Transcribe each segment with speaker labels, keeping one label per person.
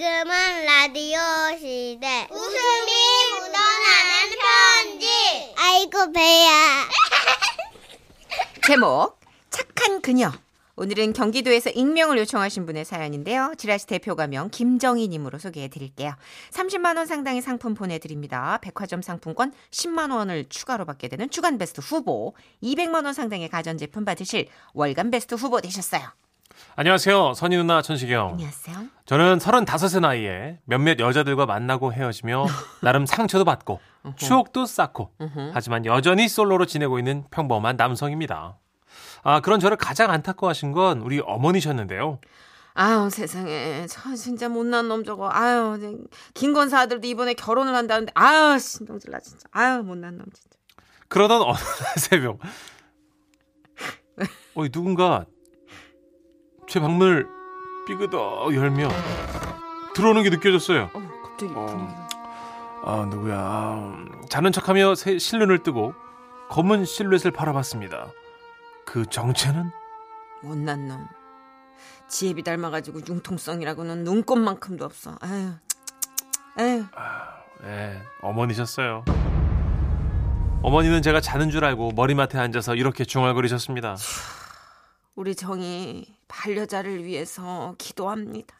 Speaker 1: 지금은 라디오 시대.
Speaker 2: 웃음이 묻어나는 편지.
Speaker 1: 아이고, 배야.
Speaker 3: 제목 착한 그녀. 오늘은 경기도에서 익명을 요청하신 분의 사연인데요. 지라시 대표 가명 김정희님으로 소개해 드릴게요. 30만 원 상당의 상품 보내드립니다. 백화점 상품권 10만 원을 추가로 받게 되는 주간 베스트 후보, 200만 원 상당의 가전제품 받으실 월간 베스트 후보 되셨어요.
Speaker 4: 안녕하세요. 선희 누나 천식이
Speaker 3: 네.
Speaker 4: 형.
Speaker 3: 안녕하세요.
Speaker 4: 저는 35세 나이에 몇몇 여자들과 만나고 헤어지며 나름 상처도 받고 추억도 쌓고 하지만 여전히 솔로로 지내고 있는 평범한 남성입니다. 아, 그런 저를 가장 안타까워하신 건 우리 어머니셨는데요.
Speaker 3: 아유 세상에 저 진짜 못난 놈 저거 아유 네. 김건사 아들도 이번에 결혼을 한다는데 아유 신동질나 진짜 아유 못난 놈 진짜
Speaker 4: 그러던 어느 날 새벽 어이 누군가 제 방문을 삐그덕 열며 들어오는 게 느껴졌어요.
Speaker 3: 어 갑자기 분위기가
Speaker 4: 아 누구야 음, 자는 척하며 새 실눈을 뜨고 검은 실루엣을 바라봤습니다 그 정체는
Speaker 3: 못난 놈 지혜비 닮아가지고 융통성이라고는 눈꼽만큼도 없어 아유 아유
Speaker 4: 예 어머니셨어요 어머니는 제가 자는 줄 알고 머리맡에 앉아서 이렇게 중얼거리셨습니다
Speaker 3: 우리 정이 반려자를 위해서 기도합니다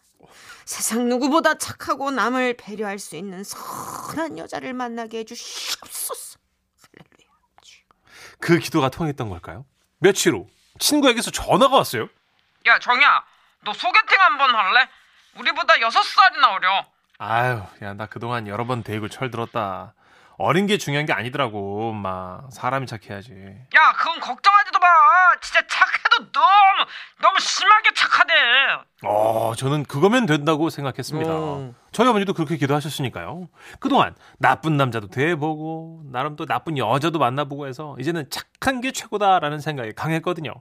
Speaker 3: 세상 누구보다 착하고 남을 배려할 수 있는 선한 여자를 만나게 해주시옵소서 할렐루야
Speaker 4: 그 기도가 통했던 걸까요 며칠 후 친구에게서 전화가 왔어요
Speaker 5: 야 정야 너 소개팅 한번 할래? 우리보다 여섯 살이나 어려
Speaker 4: 아유 야 나 그동안 여러 번 대입을 철들었다 어린 게 중요한 게 아니더라고 마 사람이 착해야지
Speaker 5: 야 그건 걱정하지도 마 진짜 착해도 너무 너무 심하게 착하대
Speaker 4: 어, 저는 그거면 된다고 생각했습니다.
Speaker 3: 음.
Speaker 4: 저희 어머니도 그렇게 기도하셨으니까요. 그동안 나쁜 남자도 대보고 나름 또 나쁜 여자도 만나보고 해서 이제는 착한 게 최고다라는 생각이 강했거든요.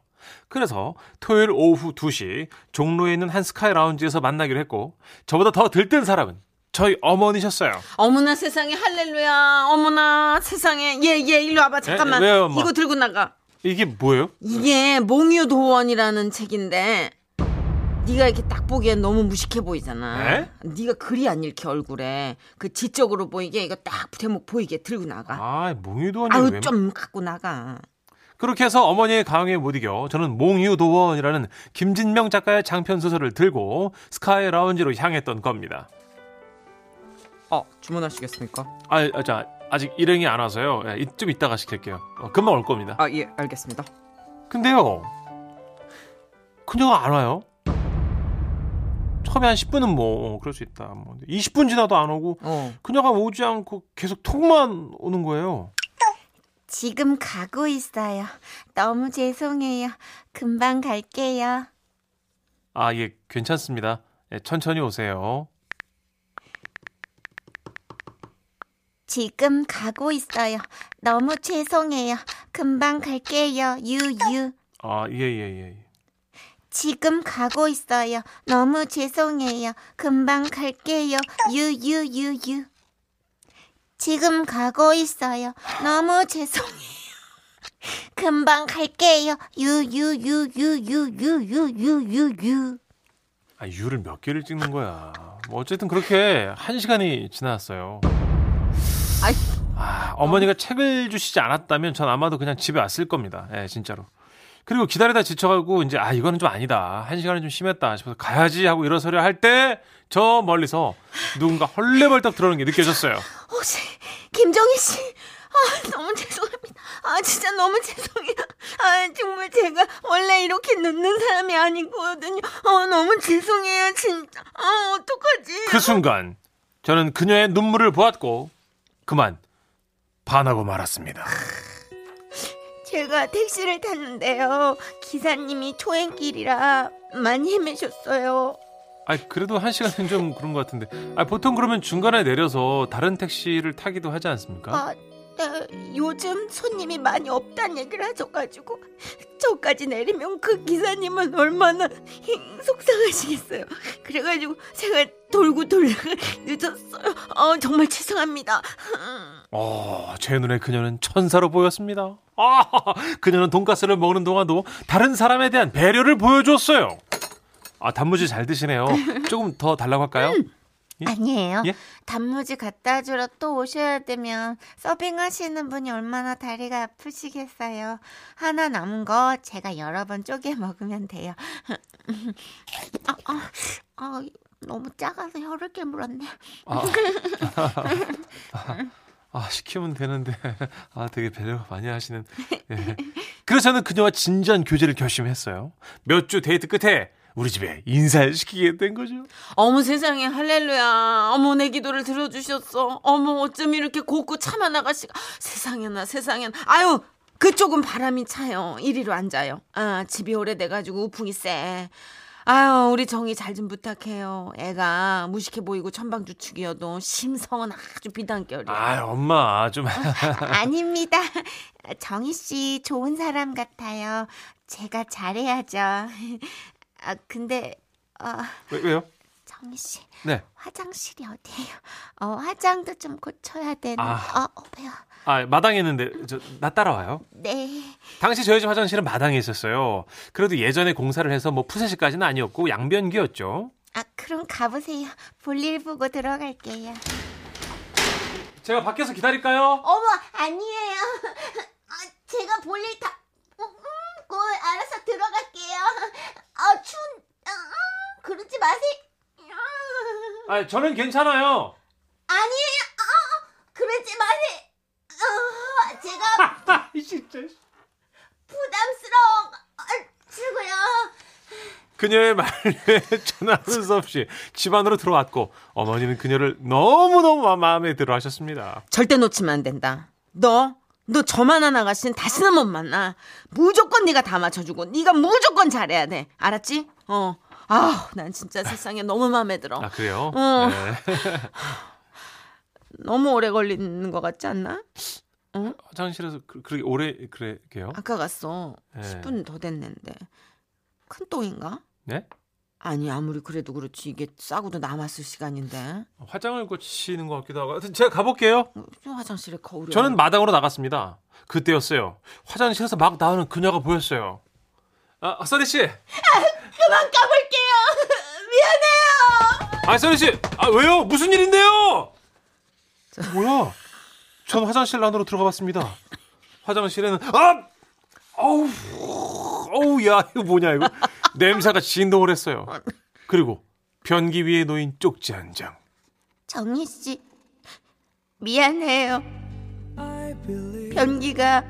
Speaker 4: 그래서 토요일 오후 2시 종로에 있는 한 스카이 라운지에서 만나기로 했고 저보다 더 들뜬 사람은 저희 어머니셨어요.
Speaker 3: 어머나 세상에 할렐루야 어머나 세상에 예예 일로 와봐 잠깐만
Speaker 4: 예, 왜요, 엄마?
Speaker 3: 이거 들고 나가
Speaker 4: 이게 뭐예요?
Speaker 3: 이게 몽유 도원이라는 책인데 네가 이렇게 딱 보기엔 너무 무식해 보이잖아
Speaker 4: 에?
Speaker 3: 네가 글이 안 읽혀 얼굴에 그 지적으로 보이게 이거 딱 제목 보이게 들고 나가
Speaker 4: 아, 몽유도원이
Speaker 3: 아유
Speaker 4: 왜 뭐-
Speaker 3: 좀 갖고 나가
Speaker 4: 그렇게 해서 어머니의 강요에 못 이겨 저는 몽유도원이라는 김진명 작가의 장편 소설을 들고 스카이 라운지로 향했던 겁니다.
Speaker 3: 어 주문하시겠습니까
Speaker 4: 아, 아, 자, 아직 일행이 안 와서요. 예, 이- 좀 이따가 시킬게요. 어, 금방 올 겁니다.
Speaker 3: 아 예 알겠습니다
Speaker 4: 근데요, 그녀가 안 와요. 처음에 한 10분은 뭐 어, 그럴 수 있다. 뭐 20분 지나도 안 오고
Speaker 3: 어
Speaker 4: 그녀가 오지 않고 계속 톡만 오는 거예요.
Speaker 1: 지금 가고 있어요. 너무 죄송해요. 금방 갈게요.
Speaker 4: 아, 예, 괜찮습니다. 예, 천천히 오세요.
Speaker 1: 지금 가고 있어요. 너무 죄송해요. 금방 갈게요. 유유.
Speaker 4: 아, 예, 예, 예.
Speaker 1: 지금 가고 있어요. 너무 죄송해요. 금방 갈게요. 유유유유. 지금 가고 있어요. 너무 죄송해요. 금방 갈게요. 유유유유유유유유유.
Speaker 4: 아, 유를 몇 개를 찍는 거야. 뭐 어쨌든 그렇게 한 시간이 지났어요.
Speaker 3: 아이.
Speaker 4: 아, 어머니가 책을 주시지 않았다면 전 아마도 그냥 집에 왔을 겁니다. 예, 진짜로. 그리고 기다리다 지쳐가고 이제 아 이거는 좀 아니다 한 시간은 좀 심했다 싶어서 가야지 하고 일어서려 할 때 저 멀리서 누군가 헐레벌떡 들어오는 게 느껴졌어요.
Speaker 3: 혹시 김정희 씨? 아 너무 죄송합니다. 아 진짜 너무 죄송해요. 아 정말 제가 원래 이렇게 늦는 사람이 아니거든요. 아 너무 죄송해요 진짜. 아 어떡하지?
Speaker 4: 그 순간 저는 그녀의 눈물을 보았고 그만 반하고 말았습니다.
Speaker 3: 제가 택시를 탔는데요. 기사님이 초행길이라 많이 헤매셨어요.
Speaker 4: 아 그래도 한 시간은 좀 그런 것 같은데. 아 보통 그러면 중간에 내려서 다른 택시를 타기도 하지 않습니까?
Speaker 3: 아 네, 요즘 손님이 많이 없다는 얘기를 하셔가지고 저까지 내리면 그 기사님은 얼마나 속상하시겠어요. 그래가지고 제가 돌고 돌다가 늦었어요. 어, 정말 죄송합니다.
Speaker 4: 어, 제 눈에 그녀는 천사로 보였습니다. 아, 그녀는 돈가스를 먹는 동안도 다른 사람에 대한 배려를 보여줬어요. 아, 단무지 잘 드시네요. 조금 더 달라고 할까요? 예?
Speaker 1: 아니에요.
Speaker 4: 예?
Speaker 1: 단무지 갖다 주러 또 오셔야 되면 서빙하시는 분이 얼마나 다리가 아프시겠어요. 하나 남은 거 제가 여러 번 쪼개 먹으면 돼요. 아, 아, 아, 너무 작아서 혀를 깨물었네.
Speaker 4: 아, 아, 아, 시키면 되는데 아 되게 배려 많이 하시는. 예. 그래서 저는 그녀와 진지한 교제를 결심했어요. 몇 주 데이트 끝에 우리 집에 인사를 시키게 된 거죠.
Speaker 3: 어머 세상에 할렐루야. 어머 내 기도를 들어주셨어. 어머 어쩜 이렇게 곱고 참한 아가씨가. 세상에나 세상에나. 아유 그쪽은 바람이 차요. 이리로 앉아요. 아 집이 오래돼가지고 우풍이 세. 아유 우리 정이 잘 좀 부탁해요. 애가 무식해 보이고 천방주축이어도 심성은 아주 비단결이야.
Speaker 4: 아 엄마 좀
Speaker 1: 아닙니다. 정희 씨 좋은 사람 같아요. 제가 잘해야죠. 아, 근데 어,
Speaker 4: 왜, 왜요?
Speaker 1: 정희 씨
Speaker 4: 네.
Speaker 1: 화장실이 어디예요? 어, 화장도 좀 고쳐야 되는.
Speaker 4: 아.
Speaker 1: 어, 어배요.
Speaker 4: 아 마당에 있는데 저 나 따라와요.
Speaker 1: 네.
Speaker 4: 당시 저희 집 화장실은 마당에 있었어요. 그래도 예전에 공사를 해서 뭐 푸세식까지는 아니었고 양변기였죠.
Speaker 1: 아, 그럼 가보세요. 볼일 보고 들어갈게요.
Speaker 4: 제가 밖에서 기다릴까요?
Speaker 2: 어머 아니에요. 아, 제가 볼일 다 보고 알아서 들어갈게요. 아 추운. 아, 아, 그러지 마세요. 아,
Speaker 4: 아 저는 괜찮아요.
Speaker 2: 아니에요. 아, 그러지 마세요. 아, 제가
Speaker 4: 진짜.
Speaker 2: 아, 부담스러워가지고요.
Speaker 4: 그녀의 말에 전하는 수 없이 집 안으로 들어왔고 어머니는 그녀를 너무너무 마- 마음에 들어 하셨습니다.
Speaker 3: 절대 놓치면 안 된다. 너, 너 저만한 아가씨는 다시는 못 만나. 무조건 네가 다 맞춰주고 네가 무조건 잘해야 돼. 알았지? 어. 아, 난 진짜 세상에 너무 마음에 들어.
Speaker 4: 아 그래요?
Speaker 3: 어.
Speaker 4: 네.
Speaker 3: 너무 오래 걸리는 것 같지
Speaker 4: 어?
Speaker 3: 않나?
Speaker 4: 화장실에서 그, 그렇게 오래 그래게요?
Speaker 3: 아까 갔어.
Speaker 4: 네.
Speaker 3: 10분 더 됐는데. 큰 똥인가?
Speaker 4: 네?
Speaker 3: 아니, 아무리 그래도 그렇지 이게 싸고도 남았을 시간인데.
Speaker 4: 화장을 고치는 것 같기도 하고 하여튼 제가 가볼게요.
Speaker 3: 무슨 화장실에 거울이
Speaker 4: 저는
Speaker 3: 없나?
Speaker 4: 마당으로 나갔습니다. 그때였어요. 화장실에서 막 나오는 그녀가 보였어요. 아 써니 씨,
Speaker 2: 그만 가볼게요. 미안해요.
Speaker 4: 아 써니 씨, 아 왜요? 무슨 일인데요? 뭐야? 전 화장실 안으로 들어가봤습니다. 화장실에는 아, 어우, 어우, 야 이거 뭐냐 이거 냄새가 진동을 했어요. 그리고 변기 위에 놓인 쪽지 한 장.
Speaker 1: 정희 씨 미안해요. 변기가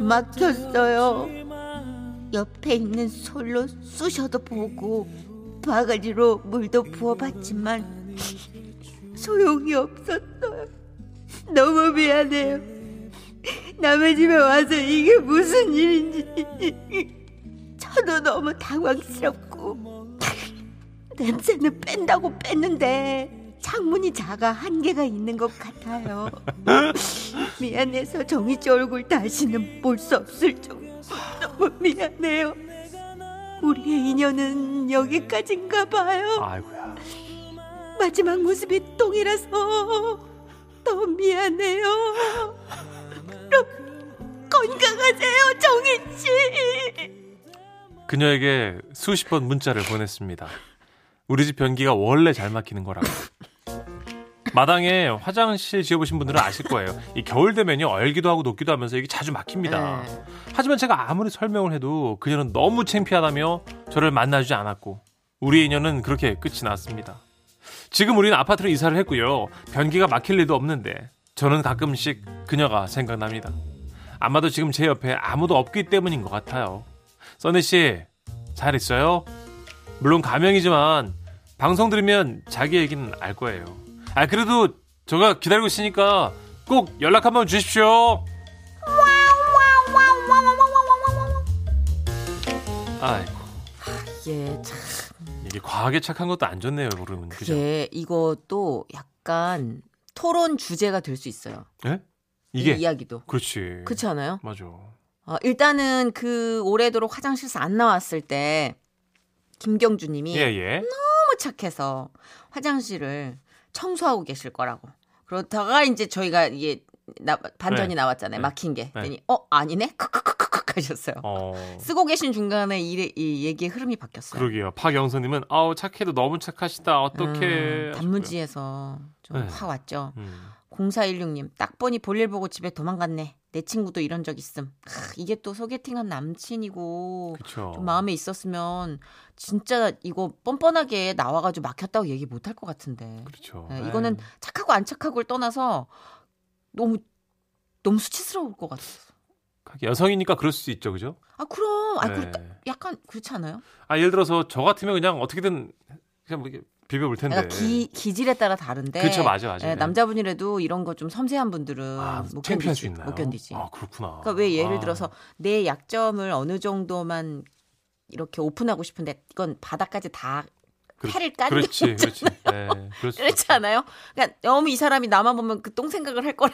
Speaker 1: 막혔어요. 옆에 있는 솔로 쑤셔도 보고 바가지로 물도 부어봤지만 소용이 없었어요. 너무 미안해요. 남의 집에 와서 이게 무슨 일인지 저도 너무 당황스럽고 냄새는 뺀다고 뺐는데 창문이 작아 한계가 있는 것 같아요. 미안해서 정희 씨 얼굴 다시는 볼 수 없을 정도 너무 미안해요. 우리의 인연은 여기까지인가 봐요.
Speaker 4: 아이고야.
Speaker 1: 마지막 모습이 똥이라서 너무 미안해요. 그럼 건강하세요, 정희 씨.
Speaker 4: 그녀에게 수십 번 문자를 보냈습니다. 우리 집 변기가 원래 잘 막히는 거라고. 마당에 화장실 지어보신 분들은 아실 거예요. 이 겨울 되면요 얼기도 하고 녹기도 하면서 이게 자주 막힙니다.
Speaker 3: 네.
Speaker 4: 하지만 제가 아무리 설명을 해도 그녀는 너무 창피하다며 저를 만나주지 않았고 우리 인연은 그렇게 끝이 났습니다. 지금 우리는 아파트로 이사를 했고요. 변기가 막힐 일도 없는데 저는 가끔씩 그녀가 생각납니다. 아마도 지금 제 옆에 아무도 없기 때문인 것 같아요. 써니 씨, 잘 있어요? 물론 가명이지만 방송 들으면 자기 얘기는 알 거예요. 아 그래도 제가 기다리고 있으니까 꼭 연락 한번 주십시오. 아이고
Speaker 3: 예, 참.
Speaker 4: 이게 과하게 착한 것도 안 좋네요, 그러면 그죠?
Speaker 3: 그게 예, 이것도 약간 토론 주제가 될 수 있어요.
Speaker 4: 예?
Speaker 3: 이
Speaker 4: 이게
Speaker 3: 이야기도.
Speaker 4: 그렇지.
Speaker 3: 그렇지 않아요?
Speaker 4: 맞아.
Speaker 3: 어, 일단은 그 오래도록 화장실에서 안 나왔을 때 김경주님이
Speaker 4: 예예.
Speaker 3: 너무 착해서 화장실을 청소하고 계실 거라고. 그렇다가 이제 저희가 이게 나- 반전이
Speaker 4: 네.
Speaker 3: 나왔잖아요.
Speaker 4: 네.
Speaker 3: 막힌 게. 그랬더니 어 아니네. 크크크크크. 시작하셨어요.
Speaker 4: 어.
Speaker 3: 쓰고 계신 중간에 이, 이 얘기의 흐름이 바뀌었어요.
Speaker 4: 그러게요. 박영선님은 아우 착해도 너무 착하시다. 어떻게?
Speaker 3: 음, 단무지에서 좀
Speaker 4: 네.
Speaker 3: 화 왔죠.
Speaker 4: 음.
Speaker 3: 0416님 딱 보니 볼일 보고 집에 도망갔네. 내 친구도 이런 적 있음. 크, 이게 또 소개팅한 남친이고
Speaker 4: 그렇죠.
Speaker 3: 좀 마음에 있었으면 진짜 이거 뻔뻔하게 나와가지고 막혔다고 얘기 못 할 것 같은데.
Speaker 4: 그렇죠.
Speaker 3: 네, 이거는 착하고 안 착하고를 떠나서 너무 너무 수치스러울 것 같아서.
Speaker 4: 에이, 여성이니까 그럴 수 있죠, 그죠?
Speaker 3: 아 그럼 아 그렇다.
Speaker 4: 네.
Speaker 3: 약간 그렇지 않아요?
Speaker 4: 아, 예를 들어서 저 같으면 그냥 어떻게든 그냥 뭐 이렇게 비벼볼 텐데.
Speaker 3: 약간 기, 기질에 따라 다른데.
Speaker 4: 그렇죠, 맞아, 맞아.
Speaker 3: 예, 남자분이라도 뭐 이런 거 좀 섬세한 분들은
Speaker 4: 아,
Speaker 3: 못
Speaker 4: 창피할
Speaker 3: 견디지.
Speaker 4: 수 있나요?
Speaker 3: 못 견디지.
Speaker 4: 아, 그렇구나.
Speaker 3: 그러니까 왜 예를
Speaker 4: 아,
Speaker 3: 들어서 내 약점을 어느 정도만 이렇게 오픈하고 싶은데 이건 바닥까지 다
Speaker 4: 그렇-
Speaker 3: 패를 까는
Speaker 4: 그렇지, 그렇지. 네, 그럴 수
Speaker 3: 그렇지
Speaker 4: 있죠.
Speaker 3: 않아요? 그러니까 너무 이 사람이 나만 보면 그 똥 생각을 할 거라.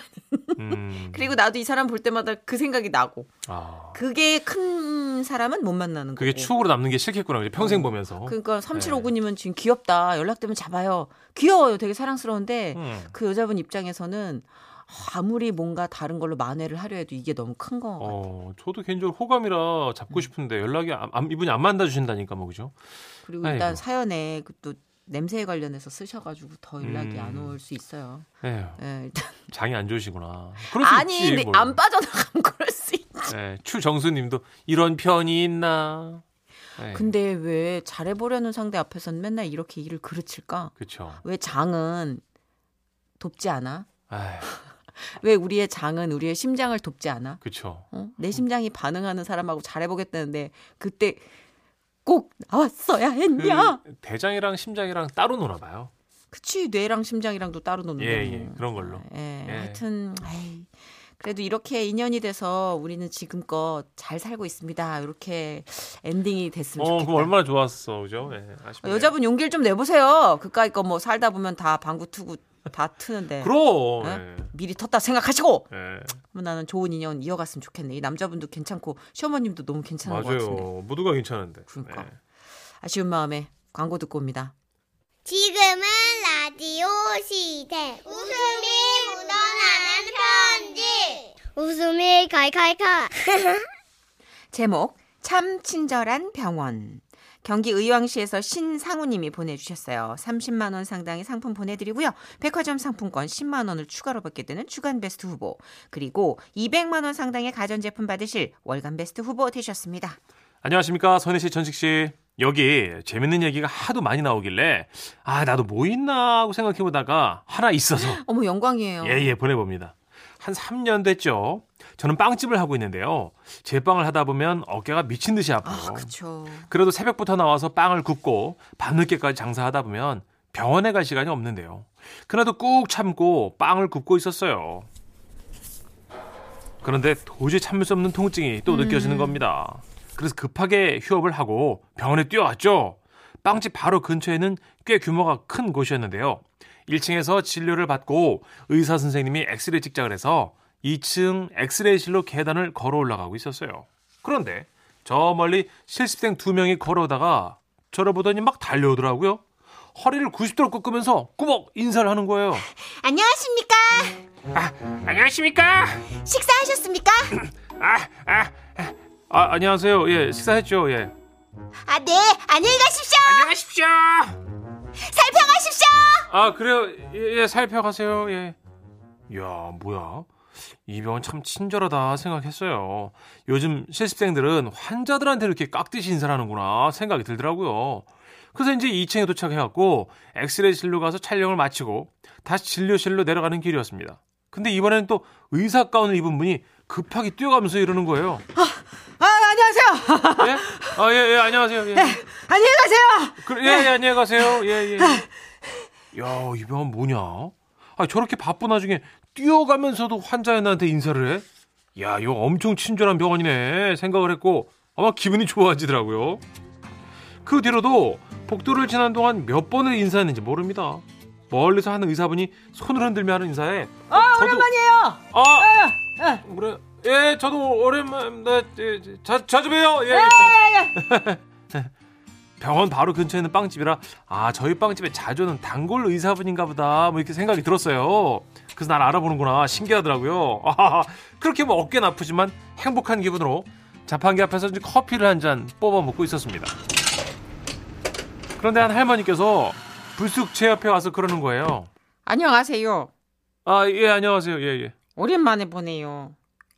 Speaker 4: 음.
Speaker 3: 그리고 나도 이 사람 볼 때마다 그 생각이 나고.
Speaker 4: 아,
Speaker 3: 그게 큰 사람은 못 만나는 거고.
Speaker 4: 그게 추억으로 남는 게 싫겠구나. 그죠? 평생
Speaker 3: 어.
Speaker 4: 보면서.
Speaker 3: 그러니까
Speaker 4: 네.
Speaker 3: 3759님은 지금 귀엽다. 연락되면 잡아요. 귀여워요. 되게 사랑스러운데
Speaker 4: 음.
Speaker 3: 그 여자분 입장에서는 아무리 뭔가 다른 걸로 만회를 하려 해도 이게 너무 큰 거. 같아요. 음.
Speaker 4: 어, 저도 개인적으로 호감이라 잡고 싶은데 연락이 안, 안- 이분이 안 만나 주신다니까 뭐 그죠?
Speaker 3: 그리고 일단
Speaker 4: 아이고.
Speaker 3: 사연에 그 또 냄새에 관련해서 쓰셔가지고 더 연락이
Speaker 4: 음.
Speaker 3: 안 올 수 있어요.
Speaker 4: 에휴,
Speaker 3: 예, 일단
Speaker 4: 장이 안 좋으시구나. 그럴 수
Speaker 3: 아니
Speaker 4: 있지. 뭐.
Speaker 3: 근데
Speaker 4: 뭘.
Speaker 3: 안 빠져나가면 그럴 수 있지.
Speaker 4: 예, 추정수님도 이런 편이 있나? 예,
Speaker 3: 근데 왜 잘해보려는 상대 앞에서는 맨날 이렇게 일을 그르칠까?
Speaker 4: 그쵸.
Speaker 3: 왜 장은 돕지 않아?
Speaker 4: 아휴,
Speaker 3: 왜 우리의 장은 우리의 심장을 돕지 않아?
Speaker 4: 그쵸.
Speaker 3: 어? 내 심장이 반응하는 사람하고 잘해보겠다는데 그때 꼭 나왔어야
Speaker 4: 그
Speaker 3: 했냐?
Speaker 4: 대장이랑 심장이랑 따로 놀아봐요.
Speaker 3: 그치 뇌랑 심장이랑도 따로 노는
Speaker 4: 예,
Speaker 3: 거고.
Speaker 4: 예, 그런 걸로.
Speaker 3: 예,
Speaker 4: 예.
Speaker 3: 하여튼 에이, 그래도 이렇게 인연이 돼서 우리는 지금껏 잘 살고 있습니다. 이렇게 엔딩이 됐으면
Speaker 4: 어,
Speaker 3: 좋겠다.
Speaker 4: 그럼 얼마나 좋았어, 그죠? 예, 아쉽네요.
Speaker 3: 여자분 용기를 좀 내보세요. 그까이 거 뭐 살다 보면 다 방구 투구 다 트는데
Speaker 4: 그럼.
Speaker 3: 예? 미리 텄다 생각하시고
Speaker 4: 예, 예,
Speaker 3: 그럼 나는 좋은 인연 이어갔으면 좋겠네. 이 남자분도 괜찮고 시어머님도 너무 괜찮은 것 같은데
Speaker 4: 맞아요. 모두가 괜찮은데.
Speaker 3: 그러니까.
Speaker 4: 예.
Speaker 3: 아쉬운 마음에 광고 듣고 옵니다.
Speaker 6: 지금은 라디오 시대. 웃음이 묻어나는 편지. 웃음이 칼칼칼.
Speaker 3: 제목 참 친절한 병원 경기 의왕시에서 신상우님이 보내주셨어요. 30만 원 상당의 상품 보내드리고요. 백화점 상품권 10만 원을 추가로 받게 되는 주간 베스트 후보 그리고 200만 원 상당의 가전제품 받으실 월간 베스트 후보 되셨습니다.
Speaker 4: 안녕하십니까 선희 씨, 천식 씨. 여기 재밌는 얘기가 하도 많이 나오길래 아 나도 뭐 있나 하고 생각해 보다가 하나 있어서
Speaker 3: 어머 영광이에요.
Speaker 4: 예예 보내봅니다. 한 3년 됐죠. 저는 빵집을 하고 있는데요. 제 빵을 하다 보면 어깨가 미친 듯이 아파요.
Speaker 3: 아 그쵸.
Speaker 4: 그래도 새벽부터 나와서 빵을 굽고 밤늦게까지 장사하다 보면 병원에 갈 시간이 없는데요. 그래도 꾹 참고 빵을 굽고 있었어요. 그런데 도저히 참을 수 없는 통증이
Speaker 6: 음.
Speaker 4: 또 느껴지는 겁니다. 그래서 급하게 휴업을 하고 병원에 뛰어왔죠. 빵집 바로 근처에는 꽤 규모가 큰 곳이었는데요. 1층에서 진료를 받고 의사 선생님이 엑스레이 찍자 그래서 2층 엑스레이실로 계단을 걸어 올라가고 있었어요. 그런데 저 멀리 실습생 두 명이 걸어오다가 저를 보더니 막 달려오더라고요. 허리를 90도로 꺾으면서 꾸벅 인사를 하는 거예요. 아,
Speaker 6: 안녕하십니까.
Speaker 4: 안녕하십니까?
Speaker 6: 식사하셨습니까?
Speaker 4: 아, 안녕하세요. 예, 식사했죠. 예.
Speaker 6: 아, 네. 안녕히 가십시오.
Speaker 4: 안녕하십시오.
Speaker 6: 살펴가십시오.
Speaker 4: 아, 그래요. 예, 예 살펴가세요. 예. 야, 뭐야? 이 병원 참 친절하다 생각했어요. 요즘 실습생들은 환자들한테 이렇게 깍듯이 인사를 하는구나 생각이 들더라고요. 그래서 이제 2층에 도착해갖고 엑스레이실로 가서 촬영을 마치고 다시 진료실로 내려가는 길이었습니다. 근데 이번에는 또 의사 가운을 입은 분이 급하게 뛰어가면서 이러는 거예요.
Speaker 3: 아 안녕하세요.
Speaker 4: 예? 아, 예, 예, 안녕하세요. 예.
Speaker 3: 안녕히 가세요.
Speaker 4: 그래, 예, 예, 안녕히 가세요. 예, 예. 야, 이 병원 뭐냐? 아, 저렇게 바쁜 와중에 뛰어가면서도 환자애한테 인사를 해? 야, 이거 엄청 친절한 병원이네 생각을 했고 아마 기분이 좋아지더라고요. 그 뒤로도 복도를 지난 동안 몇 번을 인사했는지 모릅니다. 멀리서 하는 의사분이 손을 흔들며 하는 인사에 아,
Speaker 3: 오랜만이에요.
Speaker 4: 아, 그래. 예, 저도 오랜만에 예, 자, 자주 봬요. 예. 병원 바로 근처에 있는 빵집이라 아 저희 빵집에 자주 오는 단골 의사분인가 보다 뭐 이렇게 생각이 들었어요 그래서 날 알아보는구나 신기하더라고요 아, 그렇게 뭐 어깨는 아프지만 행복한 기분으로 자판기 앞에서 이제 커피를 한 잔 뽑아 먹고 있었습니다. 그런데 한 할머니께서 불쑥 제 옆에 와서 그러는 거예요.
Speaker 3: 안녕하세요.
Speaker 4: 아, 예, 안녕하세요. 예, 예.
Speaker 3: 오랜만에 보네요.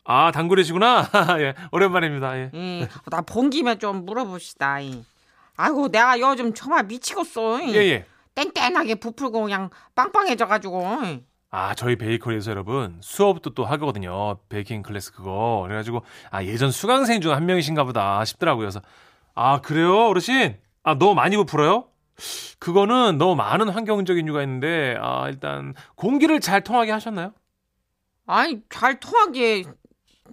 Speaker 4: 아, 단골이시구나. 예, 오랜만입니다. 예.
Speaker 3: 예, 나 본 김에 좀 물어봅시다. 이. 아이고 내가 요즘 정말 미치겠어. 이.
Speaker 4: 예, 예.
Speaker 3: 땡땡하게 부풀고 그냥 빵빵해져가지고. 예. 이.
Speaker 4: 아, 저희 베이커리에서 여러분 수업도 또 하거든요. 베이킹 클래스 그거. 그래가지고 아 예전 수강생 중 한 명이신가 보다 싶더라고요. 그래서 아 그래요 어르신? 아 너무 많이 부풀어요? 그거는 너무 많은 환경적인 이유가 있는데 아 일단 공기를 잘 통하게 하셨나요?
Speaker 3: 아니 잘 통하게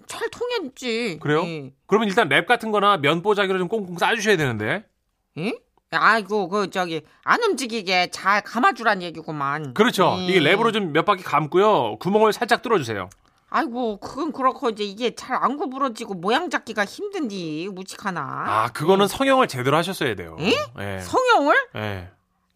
Speaker 3: 잘 통했지.
Speaker 4: 그래요?
Speaker 3: 예.
Speaker 4: 그러면 일단 랩 같은 거나 면보자기로 좀 꽁꽁 싸주셔야 되는데
Speaker 3: 예? 아이고 그 저기 안 움직이게 잘 감아주란 얘기구만.
Speaker 4: 그렇죠
Speaker 3: 예.
Speaker 4: 이게 랩으로 좀 몇 바퀴 감고요 구멍을 살짝 뚫어주세요
Speaker 3: 아이고 그건 그렇고 이제 이게 잘 안 구부러지고 모양 잡기가 힘든디 무식하나.
Speaker 4: 아 그거는 성형을 제대로 하셨어야 돼요
Speaker 3: 예?
Speaker 4: 예.
Speaker 3: 성형을?
Speaker 4: 예.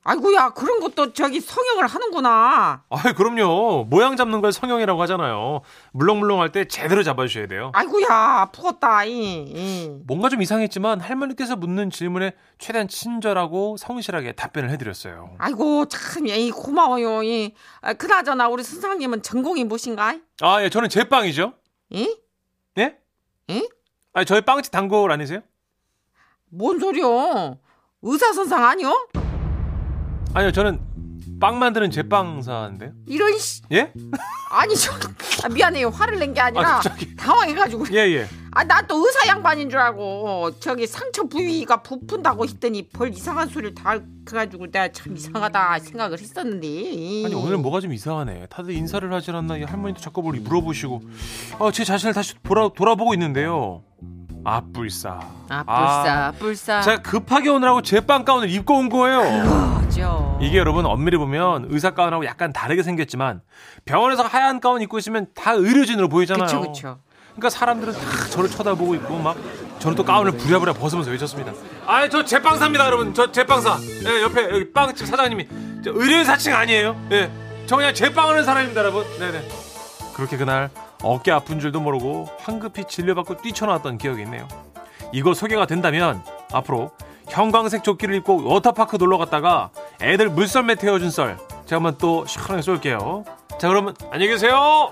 Speaker 3: 아이고야 그런 것도 저기 성형을 하는구나.
Speaker 4: 아, 그럼요. 모양 잡는 걸 성형이라고 하잖아요. 물렁물렁 할 때 제대로 잡아주셔야 돼요.
Speaker 3: 아이고야 아프겠다. 이, 이.
Speaker 4: 뭔가 좀 이상했지만 할머니께서 묻는 질문에 최대한 친절하고 성실하게 답변을 해드렸어요.
Speaker 3: 아이고 참 에이, 고마워요. 이. 아, 그나저나 우리 선생님은 전공이 무엇인가?
Speaker 4: 아, 예, 저는 제 빵이죠.
Speaker 3: 이?
Speaker 4: 예?
Speaker 3: 응?
Speaker 4: 아, 저희 빵집 단골 아니세요?
Speaker 3: 뭔 소리요? 의사 선상 아니요?
Speaker 4: 아니요, 저는 빵 만드는 제빵사인데요.
Speaker 3: 이런 씨
Speaker 4: 예?
Speaker 3: 아니 저 아, 미안해요 화를 낸 게 아니라
Speaker 4: 아, 저기.
Speaker 3: 당황해가지고
Speaker 4: 예, 예.
Speaker 3: 아 나 또 의사 양반인 줄 알고 저기 상처 부위가 부푼다고 했더니 벌 이상한 소리를 다 그래가지고 내가 참 이상하다 생각을 했었는데
Speaker 4: 아니, 오늘 뭐가 좀 이상하네. 다들 인사를 하질 않나? 이 할머니도 자꾸 뭘 물어보시고. 아, 제 자신을 다시 돌아, 돌아보고 있는데요. 아, 불사.
Speaker 3: 아 불사 불사
Speaker 4: 제가 급하게 오느라고 제 빵 가운을 입고 온 거예요.
Speaker 3: 그죠
Speaker 4: 이게 여러분 엄밀히 보면 의사 가운하고 약간 다르게 생겼지만 병원에서 하얀 가운 입고 있으면 다 의료진으로 보이잖아요.
Speaker 3: 그쵸 그쵸
Speaker 4: 그러니까 사람들은 다 저를 쳐다보고 있고 막 저는 또 가운을 부랴부랴 벗으면서 외쳤습니다. 아, 저 제빵사입니다, 여러분. 저 제빵사. 예, 옆에 여기 빵집 사장님이 저 의료인 사칭 아니에요. 예, 저 그냥 제빵하는 사람입니다, 여러분. 네네. 그렇게 그날 어깨 아픈 줄도 모르고 황급히 진료받고 뛰쳐나왔던 기억이 있네요. 이거 소개가 된다면 앞으로 형광색 조끼를 입고 워터파크 놀러 갔다가 애들 물썰매 태워준 썰 제가 한번 또 시원하게 쏠게요. 자 그러면 안녕히 계세요.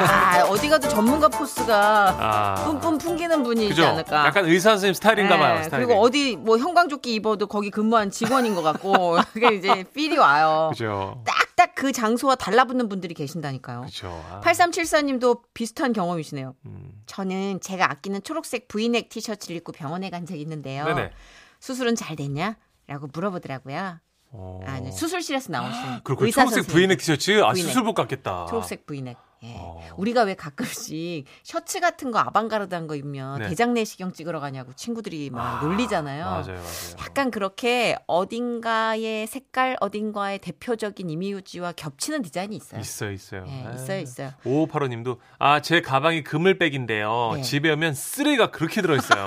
Speaker 3: 아 어디 가도 전문가 포스가
Speaker 4: 아,
Speaker 3: 뿜뿜 풍기는 분이지
Speaker 4: 그죠?
Speaker 3: 않을까
Speaker 4: 약간 의사 선생님 스타일인가봐요.
Speaker 3: 네,
Speaker 4: 스타일.
Speaker 3: 그리고 어디 뭐 형광조끼 입어도 거기 근무한 직원인 것 같고 그게 이제 필이 와요
Speaker 4: 그죠.
Speaker 3: 딱딱 그 장소와 달라붙는 분들이 계신다니까요.
Speaker 4: 그죠. 아,
Speaker 3: 8374님도 비슷한 경험이시네요.
Speaker 4: 음.
Speaker 3: 저는 제가 아끼는 초록색 브이넥 티셔츠를 입고 병원에 간 적이 있는데요.
Speaker 4: 네네.
Speaker 3: 수술은 잘 됐냐? 라고 물어보더라고요.
Speaker 4: 어.
Speaker 3: 아, 네. 수술실에서 나오신
Speaker 4: 그렇고
Speaker 3: 의사
Speaker 4: 초록색
Speaker 3: 선생님.
Speaker 4: 브이넥 티셔츠 아
Speaker 3: 브이넥.
Speaker 4: 수술복 같겠다.
Speaker 3: 초록색 브이넥. 예.
Speaker 4: 어.
Speaker 3: 우리가 왜 가끔씩 셔츠 같은 거 아방가르드한 거 입면
Speaker 4: 네.
Speaker 3: 대장내시경 찍으러 가냐고 친구들이 막
Speaker 4: 아,
Speaker 3: 놀리잖아요.
Speaker 4: 맞아요, 맞아요.
Speaker 3: 약간 그렇게 어딘가의 색깔, 어딘가의 대표적인 이미지와 겹치는 디자인이 있어요.
Speaker 4: 있어요, 있어요.
Speaker 3: 예,
Speaker 4: 아.
Speaker 3: 있어요, 있어요.
Speaker 4: 5585님도 아 제 가방이 그물백인데요.
Speaker 3: 네.
Speaker 4: 집에 오면 쓰레기가 그렇게 들어있어요.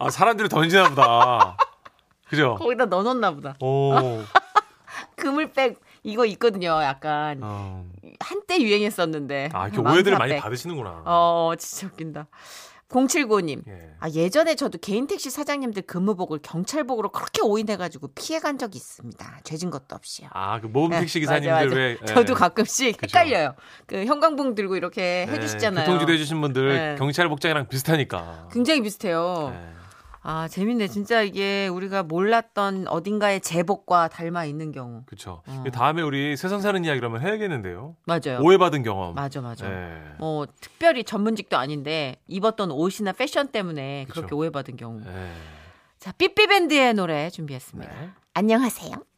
Speaker 4: 아 사람들이 던지나 보다. 그죠?
Speaker 3: 거기다 넣어놨나 보다.
Speaker 4: 오.
Speaker 3: 그물백 이거 있거든요. 약간
Speaker 4: 어.
Speaker 3: 한때 유행했었는데.
Speaker 4: 아 이렇게
Speaker 3: 망사
Speaker 4: 오해들을 많이
Speaker 3: 백.
Speaker 4: 받으시는구나.
Speaker 3: 어, 진짜 웃긴다. 079님.
Speaker 4: 예.
Speaker 3: 아, 예전에 저도 개인 택시 사장님들 근무복을 경찰복으로 그렇게 오인해가지고 피해간 적이 있습니다. 죄진 것도 없이요.
Speaker 4: 아그 모범 음, 택시
Speaker 3: 네, 맞아,
Speaker 4: 기사님들
Speaker 3: 맞아.
Speaker 4: 왜? 예.
Speaker 3: 저도 가끔씩
Speaker 4: 그죠.
Speaker 3: 헷갈려요. 그 형광봉 들고 이렇게 네, 해주시잖아요.
Speaker 4: 예, 교통지도 해주신 분들
Speaker 3: 네.
Speaker 4: 경찰 복장이랑 비슷하니까.
Speaker 3: 굉장히 비슷해요.
Speaker 4: 예.
Speaker 3: 아 재밌네. 진짜 이게 우리가 몰랐던 어딘가의 제복과 닮아 있는 경우.
Speaker 4: 그렇죠.
Speaker 3: 어.
Speaker 4: 다음에 우리 세상 사는 이야기를 한번 해야겠는데요.
Speaker 3: 맞아요.
Speaker 4: 오해받은 경험.
Speaker 3: 맞아 맞아.
Speaker 4: 예.
Speaker 3: 어 특별히 전문직도 아닌데 입었던 옷이나 패션 때문에 그렇게
Speaker 4: 그쵸.
Speaker 3: 오해받은 경우.
Speaker 4: 예.
Speaker 3: 자 삐삐밴드의 노래 준비했습니다.
Speaker 4: 네.
Speaker 3: 안녕하세요.